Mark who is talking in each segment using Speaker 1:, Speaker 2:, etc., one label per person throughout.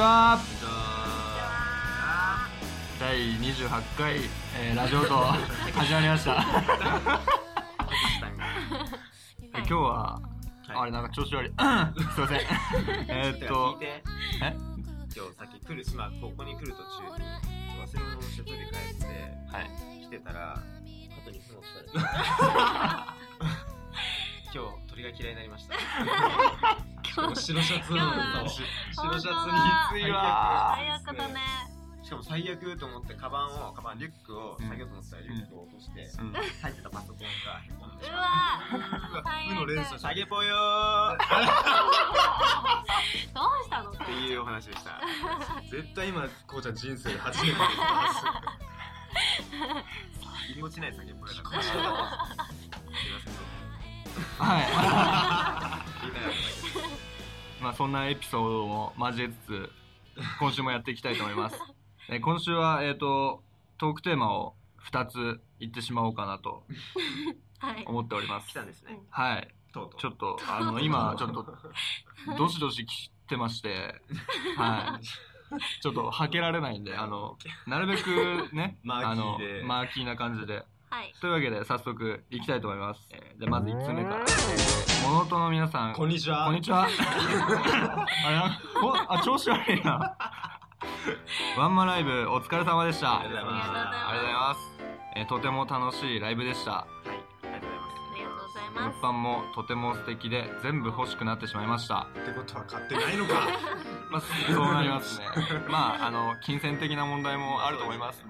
Speaker 1: は第28回、えーラジオ と始まりましたえ今日は、あれなんか調子悪い すいませんえーっと
Speaker 2: 聞いて
Speaker 1: え
Speaker 2: 今日さっき来る今ここに来る途中に忘れ物をして取り帰って
Speaker 1: はい
Speaker 2: 来てたら後に物をした 今日鳥が嫌いになりました
Speaker 3: 今
Speaker 2: 白シャツを
Speaker 3: 今日は
Speaker 2: し白シャ
Speaker 3: 本当だ
Speaker 2: ツに
Speaker 1: きついわ
Speaker 3: 最悪だね
Speaker 2: しかも最悪と思ってカバンをカバンリュックを下げようと思ってたらリュックを落として
Speaker 1: うん
Speaker 2: 入ってたパソコンがへこんでし
Speaker 3: う
Speaker 2: まっ
Speaker 3: わ
Speaker 2: た
Speaker 3: 最悪どう
Speaker 2: 下げぽよーっ
Speaker 3: したの
Speaker 2: ていうお話でした
Speaker 4: 絶対今こうちゃん人生で初めて
Speaker 2: 気持ちない下げぽよだ
Speaker 3: こえ
Speaker 2: からすい
Speaker 3: ない
Speaker 2: ません
Speaker 1: はい
Speaker 2: 言いたかっただけ
Speaker 1: まあそんなエピソードも交えつつ今週もやっていきたいと思い ます、えー今週はえーっとトークテーマを2つ言ってしまおうかなと
Speaker 3: はい
Speaker 1: 思っておりま
Speaker 2: 来
Speaker 1: す
Speaker 2: たんですね
Speaker 1: はい
Speaker 2: とうとう
Speaker 1: ちょっとあの今ちょっと どしどし切ってまして、はい。ちょっとはけられないんで、あの、なるべくね、
Speaker 4: マーキーで
Speaker 1: あのマーキーな感じで。
Speaker 3: はい
Speaker 1: というわけで、早速いきたいと思います。えーじゃあ、まず1つ目から。モノトの皆さん、
Speaker 4: こんにちは
Speaker 1: こんにちは。あれなおあ、調子悪いな。ワンマンライブ、お疲れ様でした。
Speaker 2: ありがとうございます
Speaker 1: ありがとうございます。えーとても楽しいライブでした。
Speaker 2: はいありがとうございます
Speaker 3: ありがとうござい
Speaker 1: 物
Speaker 3: ます
Speaker 1: 販もとても素敵で、全部欲しくなってしまいました。
Speaker 4: ってことは買ってないのか
Speaker 1: まあ、そうなります ね。まあ、あの、金銭的な問題もあると思います。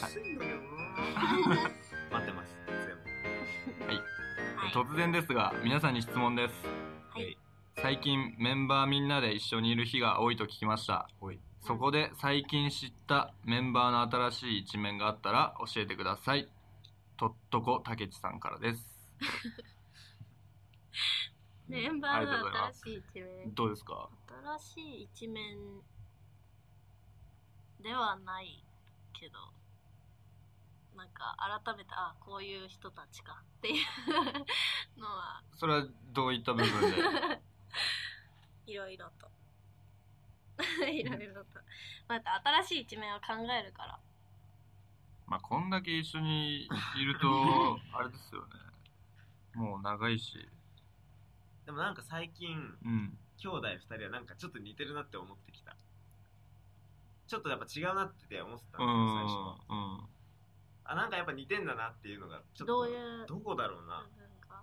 Speaker 2: 安いのよ な待ってます全
Speaker 3: はい
Speaker 1: 突然ですが、皆さんに質問です。
Speaker 3: はい
Speaker 1: 最近、メンバーみんなで一緒にいる日が多いと聞きました。
Speaker 4: おい
Speaker 1: そこで、最近知ったメンバーの新しい一面があったら教えてください。とっとこたけちさんからです。
Speaker 3: メンバー
Speaker 1: ありがとうござい
Speaker 3: の
Speaker 1: ます
Speaker 3: 新しい一面
Speaker 1: どうですか
Speaker 3: 新しい一面ではないけどなんか改めてあこういう人たちかっていうのは
Speaker 1: それはどういった部分で
Speaker 3: いろいろと いろいろとまた新しい一面を考えるから
Speaker 1: まあ、こんだけ一緒にいると、あれですよね。もう長いし。
Speaker 2: でもなんか最
Speaker 1: う
Speaker 2: 近
Speaker 1: ん。
Speaker 2: 兄弟二人はなんかちょっと似てるなって思ってきたちょっとやっぱ違うなって思って
Speaker 1: う
Speaker 2: た
Speaker 1: ん
Speaker 2: だけど最初は
Speaker 1: ん。うん。
Speaker 2: あなんかやっぱ似てんだなっていうのがちょっと
Speaker 3: どういう
Speaker 2: どこだろう
Speaker 3: 部
Speaker 2: な
Speaker 3: 分が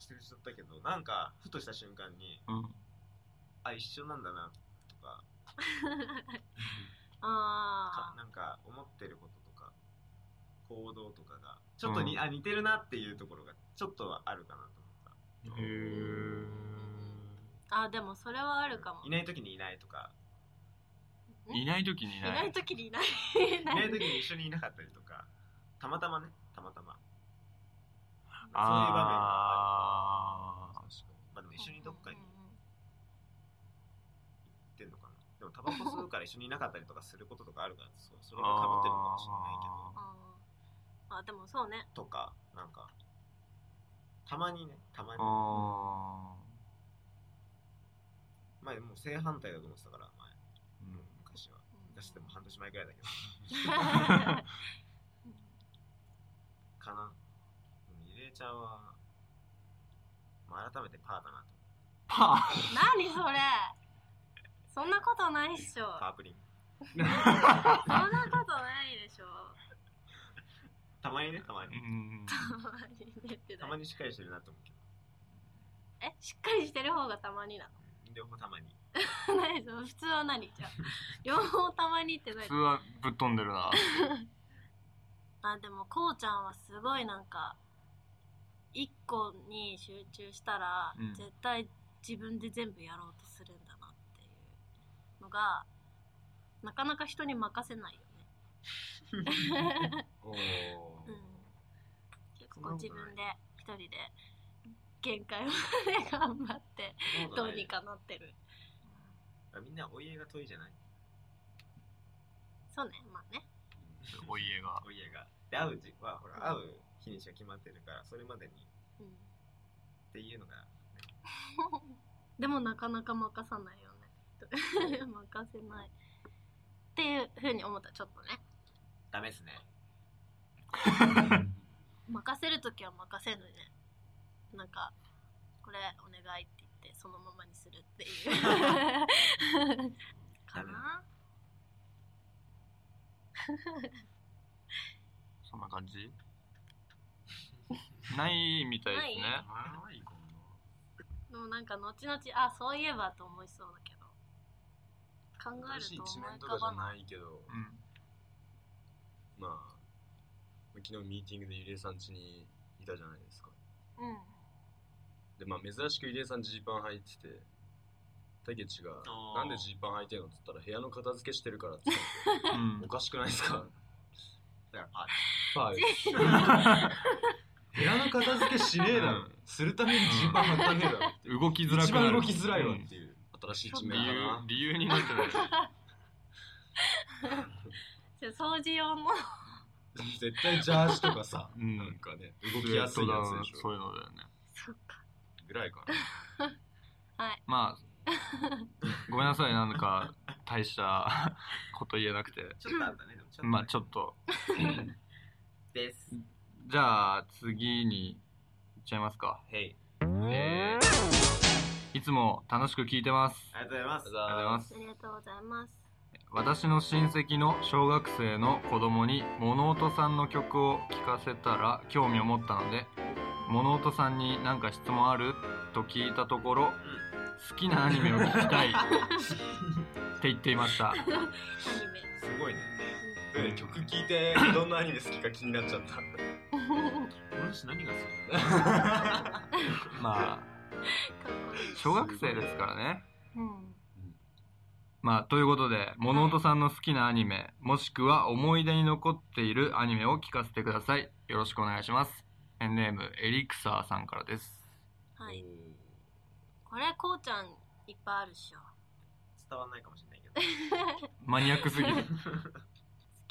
Speaker 2: してる人だったけどなんかふとした瞬間に
Speaker 1: うん
Speaker 2: あ一緒なんだなと かか
Speaker 3: あ
Speaker 2: なんか思ってることとか行動とかがちょっとに、あ似てるなっていうところがちょっとはあるかなと思った
Speaker 1: へー
Speaker 3: ああでもそれはあるかも
Speaker 2: いない時にいないと か
Speaker 3: ん
Speaker 1: いない時にい
Speaker 3: い
Speaker 1: ない
Speaker 3: ない時にいないい
Speaker 2: いない時
Speaker 3: 時
Speaker 2: に一緒にいなかったりとかたまたまねたまたまそういう場面があ
Speaker 1: ああ
Speaker 2: るまあでも一緒にどっかに行ってんのかなでもタバコ吸うから一緒にいなかったりとかすることとかあるからそうそれがかぶってるのかもしれないけど
Speaker 3: ああでもそうね
Speaker 2: とかなんかたまにねたまに
Speaker 1: あ
Speaker 2: 前もう正反対だと思ってたから前
Speaker 1: ーうん
Speaker 2: 昔は
Speaker 3: うん
Speaker 2: 昔でも半年前くらいだけど かなゆりえちゃんは、まあ、改めてパーだなと
Speaker 1: パ
Speaker 3: 何それそんなことないっしょ
Speaker 2: パー プリン
Speaker 3: そんなことないでしょ
Speaker 2: たまにねたま
Speaker 1: ー
Speaker 2: に
Speaker 3: たまにねって
Speaker 2: た
Speaker 3: だ
Speaker 2: ま
Speaker 3: け
Speaker 2: にしっかりしてるなと思うけど
Speaker 3: えしっかりしてる方がたまにな
Speaker 2: 両方たまに
Speaker 3: の 何その普通は何じゃあ両方たまにって
Speaker 1: 普
Speaker 3: 何
Speaker 1: 通はぶっ飛んでるな
Speaker 3: あでもこうちゃんはすごいなんか一個に集中したら、
Speaker 1: うん
Speaker 3: 絶対自分で全部やろうとするんだなっていうのがなかなか人に任せないよね、
Speaker 4: おお
Speaker 3: うん、結
Speaker 2: そんな
Speaker 3: 構
Speaker 2: ことない
Speaker 3: 自分で一人で限界まで頑張ってどうにかなってる
Speaker 2: みんなお家が遠いじゃない
Speaker 3: そうねまあね
Speaker 1: お家が
Speaker 2: お家がで会う時はほら会う日にちが決まってるからそれまでに
Speaker 3: うん
Speaker 2: っていうのが
Speaker 3: でもなかなか任さないよね 任せないっていうふうに思ったちょっとね
Speaker 2: ダメですね。
Speaker 3: 任せる時は任せるねなんかこれお願いって言ってそのままにするっていうかな
Speaker 1: そんな感じないみたいですね。
Speaker 4: ないか
Speaker 3: でもなんか後々あそういえばと思いそうだけど考
Speaker 4: な。
Speaker 3: え
Speaker 4: 新しい
Speaker 3: ると
Speaker 4: 一
Speaker 3: 思い
Speaker 4: 面と
Speaker 3: 浮か
Speaker 4: かじゃ
Speaker 3: ばない
Speaker 4: ないけど、
Speaker 1: うん
Speaker 4: まあ、昨日ミーティングでゆりえさん家にいたじゃないですか。
Speaker 3: うん
Speaker 4: で、まあ珍しくゆりえさんジーパン履いてて、たけちが
Speaker 2: あ、ー
Speaker 4: なんでジーパン履いてんのって言ったら、部屋の片付けしてるからって言って、
Speaker 1: うん
Speaker 4: おかしくないですか
Speaker 2: だからパー
Speaker 4: はい。 部屋の片付けしねえだろ。するためにジーパン履かねえ だろっていう。
Speaker 1: 動きづら
Speaker 4: 一
Speaker 1: くなる
Speaker 4: 番動きづらいわ
Speaker 1: うん
Speaker 4: っていう。新しい一
Speaker 1: 理
Speaker 4: 面だ
Speaker 1: 由
Speaker 4: な。
Speaker 1: 理由になってない
Speaker 3: じゃあ掃除用の
Speaker 4: 絶対ジャージとかさ、
Speaker 1: う
Speaker 4: なんんかね、動きやすいやつでし
Speaker 1: そう
Speaker 4: ょ。
Speaker 1: いうのだよね
Speaker 3: そっか
Speaker 4: ぐらいかな。
Speaker 3: はい
Speaker 1: まあごめんなさいなんか大したこと言えなく て
Speaker 2: テちょっとあったね。でもちょっと、
Speaker 1: まあちょっと
Speaker 2: です。
Speaker 1: じゃあ次にいっちゃいますか
Speaker 2: へい。
Speaker 1: えー、いつも楽しく聞いてます
Speaker 2: ありがとうございます。
Speaker 1: ありがとうございます
Speaker 3: ありがとうございます
Speaker 1: 私の親戚の小学生の子供に物音さんの曲を聴かせたら興味を持ったので物音さんに何か質問あると聞いたところ好きなアニメを聞きたいって言っていました
Speaker 3: アニメ
Speaker 4: すごいね。ね曲聴いてどんなアニメ好きか気になっちゃった。
Speaker 2: 俺たち何が好
Speaker 1: まあ
Speaker 2: き
Speaker 3: かっこいいね
Speaker 1: 小学生ですからね
Speaker 3: うん
Speaker 1: まあということで物音さんの好きなアニメもしくは思い出に残っているアニメを聞かせてくださいよろしくお願いしますペンネームエリクサーさんからです
Speaker 3: はいこれこうちゃんいっぱいあるっしょ
Speaker 2: 伝わんないかもしれないけど。
Speaker 1: マニアックす ぎる、うん
Speaker 3: 好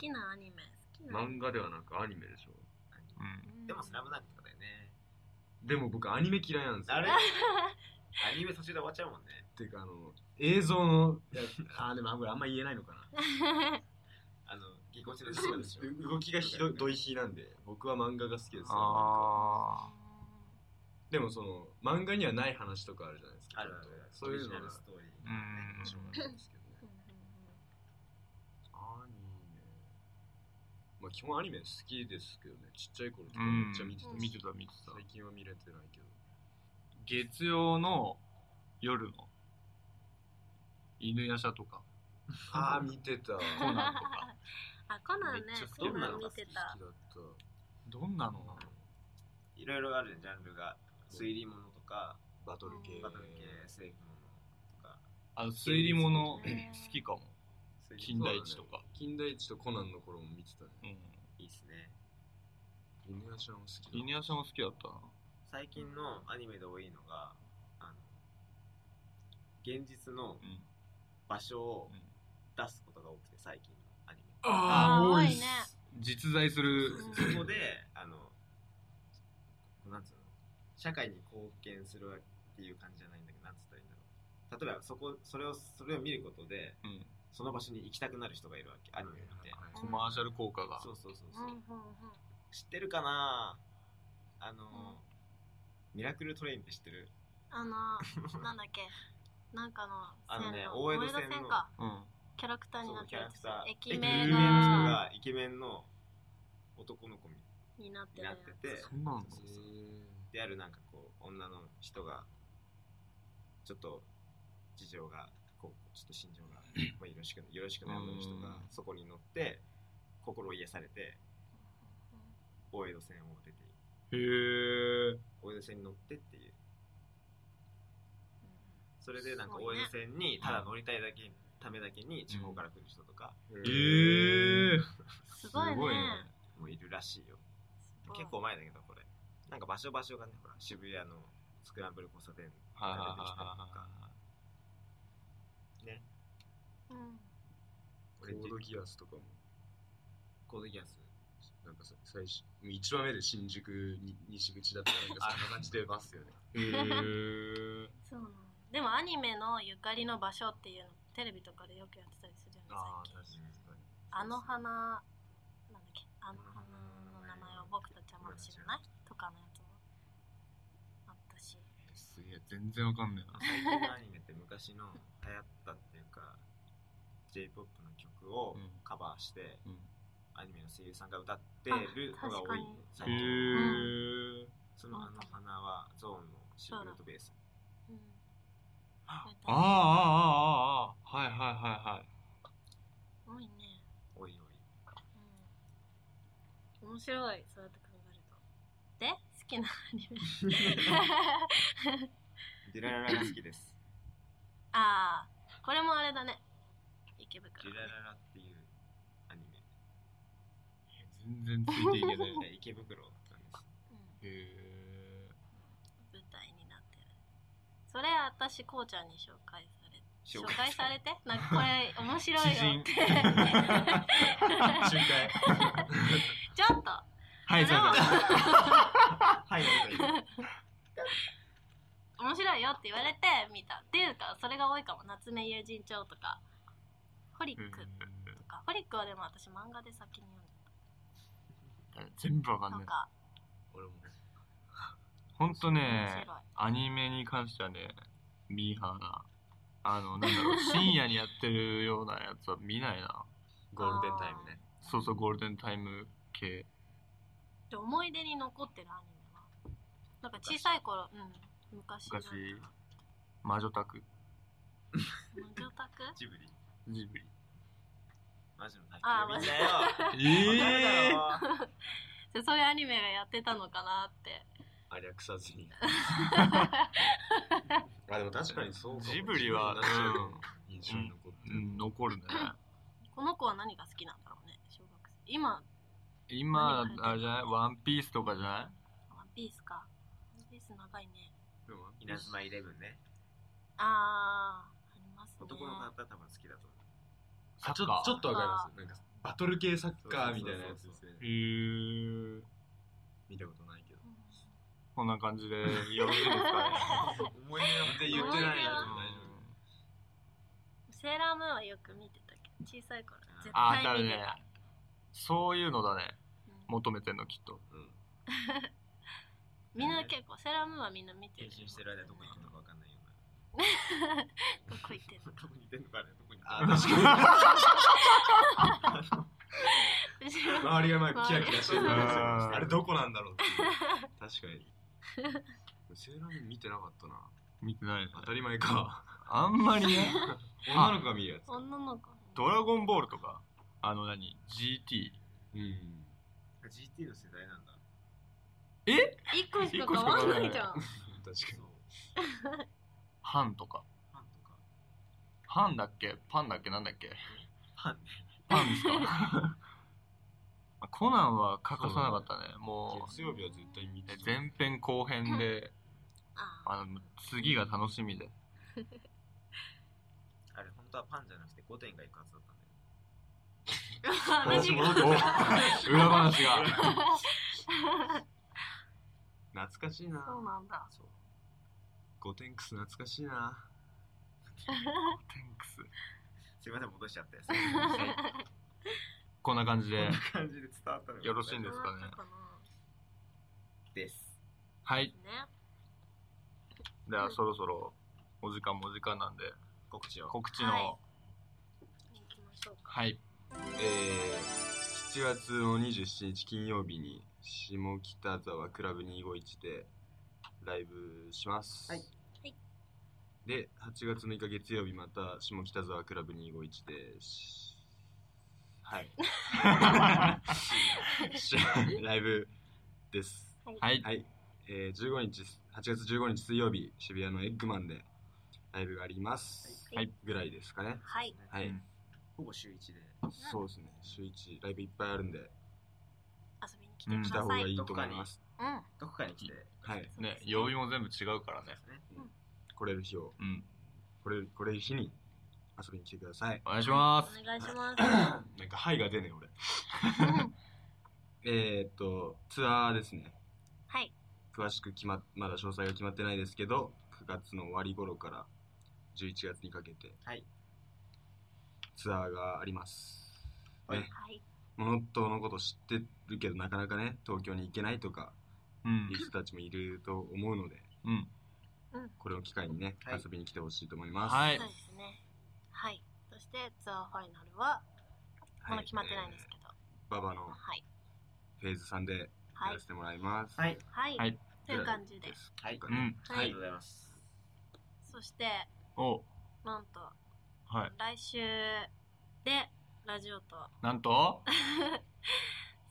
Speaker 3: きなアニメ好きな
Speaker 4: 漫画ではなくアニメでしょ。
Speaker 3: うん
Speaker 2: でもスラムダンクとかだよね。
Speaker 4: でも僕アニメ嫌いなんですよ。
Speaker 2: あれ
Speaker 4: っ
Speaker 2: アニメ途中で終わっちゃうもんね。
Speaker 4: ていうかあの、映像の、いや あーでもあこれあんま言えないのかな。
Speaker 2: あの、ぎこちの
Speaker 4: そうですよ動きがひどい、ドイヒーなんで、僕は漫画が好きですよ。
Speaker 1: ああ
Speaker 4: でもその、漫画にはない話とかあるじゃないですか。
Speaker 2: あるある
Speaker 4: ちゃんと
Speaker 2: そ
Speaker 4: そうう
Speaker 2: い
Speaker 4: いうう
Speaker 2: のがオリジ
Speaker 4: のが
Speaker 2: ナル
Speaker 4: 面
Speaker 2: ストーリー。
Speaker 1: うん
Speaker 4: 白かったんですけどね。アニメ。まあ基本アニメ好きですけどね。ちっちゃい頃とかめっちゃ見てたし、
Speaker 1: 見てた見てた
Speaker 4: 最近は見れてないけど。
Speaker 1: 月曜の夜の犬夜叉とか
Speaker 4: ああ、見てた。
Speaker 1: コナンとか
Speaker 3: あコナンね
Speaker 4: めっちゃ
Speaker 3: コ
Speaker 4: ど
Speaker 3: ナ
Speaker 4: んな
Speaker 3: ン
Speaker 4: の
Speaker 3: 見
Speaker 4: が好き
Speaker 3: て
Speaker 4: だ
Speaker 3: た
Speaker 4: った。
Speaker 1: どんなのなの
Speaker 2: いろいろあるね、ジャンルが。推理物とか、
Speaker 4: バトル系。
Speaker 2: バトル系、正義物とか。
Speaker 1: あの推理物好
Speaker 3: ね
Speaker 1: きかも
Speaker 2: 推理
Speaker 1: 金
Speaker 2: 物
Speaker 1: 田一とか、
Speaker 4: 金田一とコナンの頃も見てたね。
Speaker 2: いいっすね。
Speaker 4: 犬屋さんも好きだ。
Speaker 1: うん、犬夜叉も好きだったな
Speaker 2: 最近のアニメで多いのが、あの、現実の場所を出すことが多くて、最近のアニメ。
Speaker 3: あー多いね
Speaker 1: 実在する
Speaker 2: そこで、あの、なんつうの、社会に貢献するわっていう感じじゃないんだけど、なんつったらいいんだろう。例えば、そこ、それを、それを見ることで、
Speaker 1: うん
Speaker 2: その場所に行きたくなる人がいるわけ、アニメ見て。
Speaker 1: コマーシャル効果が
Speaker 2: そうそうそう
Speaker 3: う
Speaker 2: そ
Speaker 3: ん
Speaker 2: う。
Speaker 3: うんうん
Speaker 2: 知ってるかなあの、ミラクルトレインって知ってる
Speaker 3: あのなんだっけなんかの
Speaker 2: あのね
Speaker 3: 線
Speaker 2: 大江戸線の
Speaker 3: 大線か
Speaker 1: うん、
Speaker 3: キャラクターに
Speaker 2: そ
Speaker 3: な
Speaker 2: う
Speaker 3: っ
Speaker 2: キ
Speaker 3: て
Speaker 2: ャ
Speaker 3: る
Speaker 2: ラクター。駅名
Speaker 3: 駅名
Speaker 2: の人
Speaker 3: が
Speaker 2: がイケメンの男の子に
Speaker 3: になってる
Speaker 2: な
Speaker 3: や
Speaker 2: っ
Speaker 3: つ
Speaker 2: てて、
Speaker 1: そんなの
Speaker 2: そうそうそうであるなんかこう女の人がちょっと事情がこうちょっと心情がまあよろしくよろしくない女の人が
Speaker 1: うん
Speaker 2: そこに乗って心を癒されて大江戸線を出て
Speaker 1: へえ
Speaker 2: 大江戸線に乗ってっていう
Speaker 3: う
Speaker 2: それでなんか
Speaker 3: すご
Speaker 2: 大
Speaker 3: い
Speaker 2: 江
Speaker 3: ね
Speaker 2: 戸線にただ乗りたいだけためだけに地方から来る人とか
Speaker 1: えー、
Speaker 3: んすごいね
Speaker 2: もいるらしいよ
Speaker 3: すごい
Speaker 2: 結構前だけどこれなんか場所場所がねほら渋谷のスクランブル交差点
Speaker 1: はいはい
Speaker 2: が
Speaker 1: は
Speaker 2: 出てきたりとかね
Speaker 3: うん
Speaker 4: コードギアスとかも。
Speaker 2: コードギアス
Speaker 4: なんかさ最初、一番目で新宿に西口だったらなんかそんな感じでますよね。
Speaker 1: いへえ
Speaker 3: そうなんでもアニメのゆかりの場所っていうのテレビとかでよくやってたりするじゃ
Speaker 4: あ
Speaker 3: ない
Speaker 4: あ、
Speaker 3: 最
Speaker 4: 確
Speaker 3: 近
Speaker 4: かに確かに。
Speaker 3: あの花なんだっけあの花の名前を僕たちはまだ知らないとかのやつもあったし
Speaker 1: すげえ、全然わかんないな。
Speaker 2: 最近のアニメって昔の流行ったっていうか J-POP の曲を
Speaker 1: うん
Speaker 2: カバーして
Speaker 1: うん、
Speaker 2: アニメの声優さんが歌ってるのが多いね
Speaker 3: あ
Speaker 2: 最
Speaker 1: へ
Speaker 2: 近
Speaker 1: え。
Speaker 2: そのあの花はゾーンのシークレットベース
Speaker 3: うん
Speaker 1: あ
Speaker 3: うん
Speaker 1: あ、ああ、ああ、はいはいはいはい。
Speaker 3: 多いね
Speaker 2: お いおい
Speaker 3: うん面白いそうやって考えるとで好きなアニメ
Speaker 2: デュラララが好きです
Speaker 3: ああこれもあれだね池
Speaker 2: デ
Speaker 3: 袋
Speaker 2: ュ
Speaker 3: ね
Speaker 2: ラララっていうアニメ
Speaker 1: 全然ついていけない。
Speaker 2: で池袋なんです
Speaker 3: うん
Speaker 1: へえ。
Speaker 3: 舞台になってるそれ私こうちゃんに紹介され紹介されてなんかこれ面白いよ って
Speaker 1: 集会。
Speaker 3: ちょっと
Speaker 1: はい、そ
Speaker 3: それ
Speaker 1: れ
Speaker 3: は
Speaker 2: はい
Speaker 3: 面白いよって言われて見たっていうかそれが多いかも夏目友人帳とかホリックとか、ホリックはでも私漫画で先に読んで
Speaker 1: 全部わか
Speaker 3: た
Speaker 1: んなん
Speaker 3: な
Speaker 1: い。
Speaker 3: か
Speaker 4: 俺も。
Speaker 1: ほんと
Speaker 3: 面
Speaker 1: ね、
Speaker 3: 白い
Speaker 1: アニメに関してはね、ミーハーな。あの、なん だろう、深夜にやってるようなやつは見ないな。
Speaker 4: ゴールデンタイムね。
Speaker 1: そうそう、ゴールデンタイム系。
Speaker 3: で思い出に残ってるアニメはなんか小さい頃うん昔だった
Speaker 1: 昔魔女宅。
Speaker 3: 魔女宅
Speaker 2: ジブリ
Speaker 1: ジブリ。
Speaker 2: マジの宅
Speaker 3: あ
Speaker 2: 急便だよわかるだ
Speaker 1: ええ
Speaker 2: ろ
Speaker 3: でそういうアニメがやってたのかなって
Speaker 4: ありゃくさ ずに。あ、でも確かにそうかも
Speaker 1: ジブリは
Speaker 4: ジブリは印象に残って
Speaker 1: う
Speaker 4: る。
Speaker 1: ん、残るね。
Speaker 3: この子は何が好きなんだろうね小学生今
Speaker 1: 今、あれじゃないワンピースとかじゃない
Speaker 3: ワンピースかワンピース長いね
Speaker 2: 稲妻イレブンね
Speaker 3: あーありますね
Speaker 2: 男の方多分好きだと思う
Speaker 1: サ
Speaker 4: あち
Speaker 1: ッ
Speaker 4: ょ
Speaker 1: カー
Speaker 4: ちょっとわかります。なんか、バトル系サッカーみたいなやつですね。
Speaker 1: へえ。
Speaker 4: 見たことないけど。
Speaker 3: うん
Speaker 1: こんな感じ で、よろしいですかね。
Speaker 2: 思い出なん
Speaker 4: で言ってないけど
Speaker 3: あー
Speaker 4: 大丈夫。
Speaker 3: セーラームーンはよく見てたけど小さい頃絶
Speaker 1: ああ、だ
Speaker 3: 対見て
Speaker 1: ね
Speaker 3: た、。
Speaker 1: そういうのだね。
Speaker 3: うん
Speaker 1: 求めてんの、きっと。
Speaker 4: うん。
Speaker 3: みんな結構セーラームーンはみんな見て
Speaker 2: 転
Speaker 3: る
Speaker 2: 身してる間どこ行くのかわかんないような
Speaker 3: どこ行ってんの
Speaker 2: どこに出んのかねどこに
Speaker 4: あ、確か
Speaker 3: 後ろ
Speaker 4: に。周りがまあキラキラしてるからですよ
Speaker 1: あー
Speaker 4: あれどこなんだろうっていう。確かに。セーラームーン見てなかったな。
Speaker 1: 見てないね
Speaker 4: 当たり前か。
Speaker 1: あんまり ね。
Speaker 4: 女の子が見るやつか。
Speaker 3: 女の子
Speaker 1: ドラゴンボールとか、あの何 ?GT。
Speaker 4: うん。
Speaker 2: GT の世代なんだ
Speaker 1: え
Speaker 3: 一個しか変わんないじゃん
Speaker 4: 確か
Speaker 2: そう
Speaker 4: に。
Speaker 1: ハンとか。
Speaker 2: パンとか
Speaker 1: ハンだっけパンだっけなんだっけ
Speaker 2: パンね
Speaker 1: パンです かあコナンは欠かさなかったね。もう、
Speaker 4: 月曜日は絶対見て
Speaker 1: え
Speaker 4: た
Speaker 1: 前編後編で、
Speaker 3: あ
Speaker 1: あの、次が楽しみで。
Speaker 2: あれ本当はパンじゃなくて5点がいくはずだったんだよ
Speaker 3: ー
Speaker 4: 話
Speaker 3: 話
Speaker 4: 戻
Speaker 3: が
Speaker 4: って
Speaker 1: お裏話 が。
Speaker 4: 懐かし い
Speaker 3: そう
Speaker 4: な。
Speaker 3: なんだ
Speaker 4: そう。ゴテンクス懐かしいな。
Speaker 1: テンクス。
Speaker 2: すいません戻しちゃって
Speaker 1: こんな感じ
Speaker 2: こん
Speaker 1: で
Speaker 2: な。感じで伝わったの
Speaker 1: よろしいんです
Speaker 3: どう
Speaker 1: かね
Speaker 3: なったか
Speaker 2: です
Speaker 1: はい。
Speaker 3: なね
Speaker 1: では、そろそろ、お時間もお時間なんで、
Speaker 2: 告知を
Speaker 1: 告知の、
Speaker 3: はい行きましょうか
Speaker 1: はい。
Speaker 4: えー、7月の27日金曜日に下北沢クラブ251でライブします。
Speaker 2: はい
Speaker 3: はい
Speaker 4: で、8月6日月曜日また下北沢クラブ251です。 はい。しライブです。
Speaker 1: はい。
Speaker 4: はい。えー、15日、8月15日水曜日、渋谷のエッグマンでライブがあります。
Speaker 1: はい
Speaker 4: ぐらいですかね。
Speaker 3: はい
Speaker 4: はい。
Speaker 1: うん
Speaker 2: ほぼ週一で
Speaker 4: そうですね。週一ライブいっぱいあるんで、
Speaker 3: 遊びに来てく
Speaker 1: うん
Speaker 4: 来
Speaker 3: だ
Speaker 4: た方
Speaker 3: さ
Speaker 4: が
Speaker 3: い
Speaker 4: いいと思います。
Speaker 3: うん
Speaker 2: どこかに来て
Speaker 4: はい。
Speaker 3: そうで
Speaker 1: ね
Speaker 3: す、
Speaker 1: 曜日も全部違うからね。
Speaker 2: ね
Speaker 4: 来れる日を、
Speaker 1: うん。
Speaker 4: 来れる、来れる日に遊びに来てください。
Speaker 1: お願いしま
Speaker 3: お
Speaker 1: す。
Speaker 3: 願いします
Speaker 4: なんか、はいが出ねえ、俺。
Speaker 3: うん
Speaker 4: えーっと、ツアーですね。
Speaker 3: はい
Speaker 4: 詳しく決まっ、まだ詳細が決まってないですけど、9月の終わり頃から11月にかけて、
Speaker 2: はい
Speaker 4: ツアーがあります。
Speaker 2: はい
Speaker 4: ね、
Speaker 3: はい。
Speaker 4: モノトのこと知ってるけどなかなかね東京に行けないとか
Speaker 1: うん
Speaker 4: いう人たちもいると思うので
Speaker 1: うん
Speaker 4: これを機会にね、
Speaker 2: はい
Speaker 4: 遊びに来てほしいと思います。
Speaker 1: はい
Speaker 3: そうですね。はい。そしてツアーファイナルは、まだ決まってないんですけど。
Speaker 4: ババの
Speaker 3: はい。
Speaker 4: フェーズさんでや
Speaker 3: はい
Speaker 4: らせ。てもらいます。
Speaker 2: はい。
Speaker 3: はい。
Speaker 1: はい
Speaker 3: という感じで。
Speaker 4: す
Speaker 2: はい
Speaker 4: か
Speaker 1: う
Speaker 4: ね
Speaker 1: ん
Speaker 2: あ
Speaker 3: は
Speaker 2: りがと
Speaker 3: い
Speaker 2: う。ございます。
Speaker 3: そして、
Speaker 1: お
Speaker 3: なんと、
Speaker 1: はい
Speaker 3: 来週で、ラジオと、
Speaker 1: なんと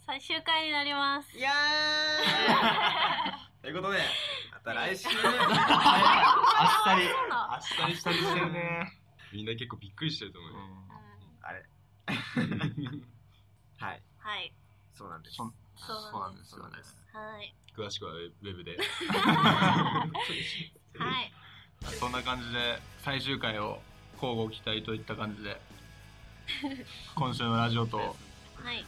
Speaker 3: 最終回になります。
Speaker 2: いやー ということで、また来週。
Speaker 1: あっさり
Speaker 3: そうな
Speaker 1: あっさりしたりしてるね、
Speaker 4: みんな結構びっくりしてると思うよ。
Speaker 3: の
Speaker 1: う
Speaker 3: うん
Speaker 2: あれはい、
Speaker 3: はい。
Speaker 2: そうなんです。
Speaker 1: そん
Speaker 3: そうなんです
Speaker 1: そうなんです
Speaker 3: はい。
Speaker 4: 詳しくはウェウェブで。
Speaker 3: はい。
Speaker 1: ん、そんな感じで最終回を交互期待といった感じで 今週のラジオと終
Speaker 3: はい。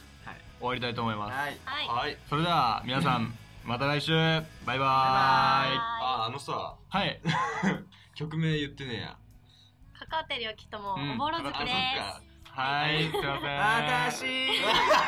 Speaker 1: わりたいと思います
Speaker 2: はい。
Speaker 3: は
Speaker 1: は
Speaker 3: い。
Speaker 1: い、それでは皆さ ん、また来週バイバーイ
Speaker 3: は
Speaker 4: あ、あのさ、
Speaker 1: はい、
Speaker 4: 曲名言ってねえや。
Speaker 3: い。かかってるよ、きっともう。
Speaker 1: うん
Speaker 3: おぼろずく
Speaker 4: あ、
Speaker 3: で
Speaker 4: そっ
Speaker 3: す。
Speaker 4: か。
Speaker 1: はい、すいません。
Speaker 2: 私
Speaker 3: 外れてる。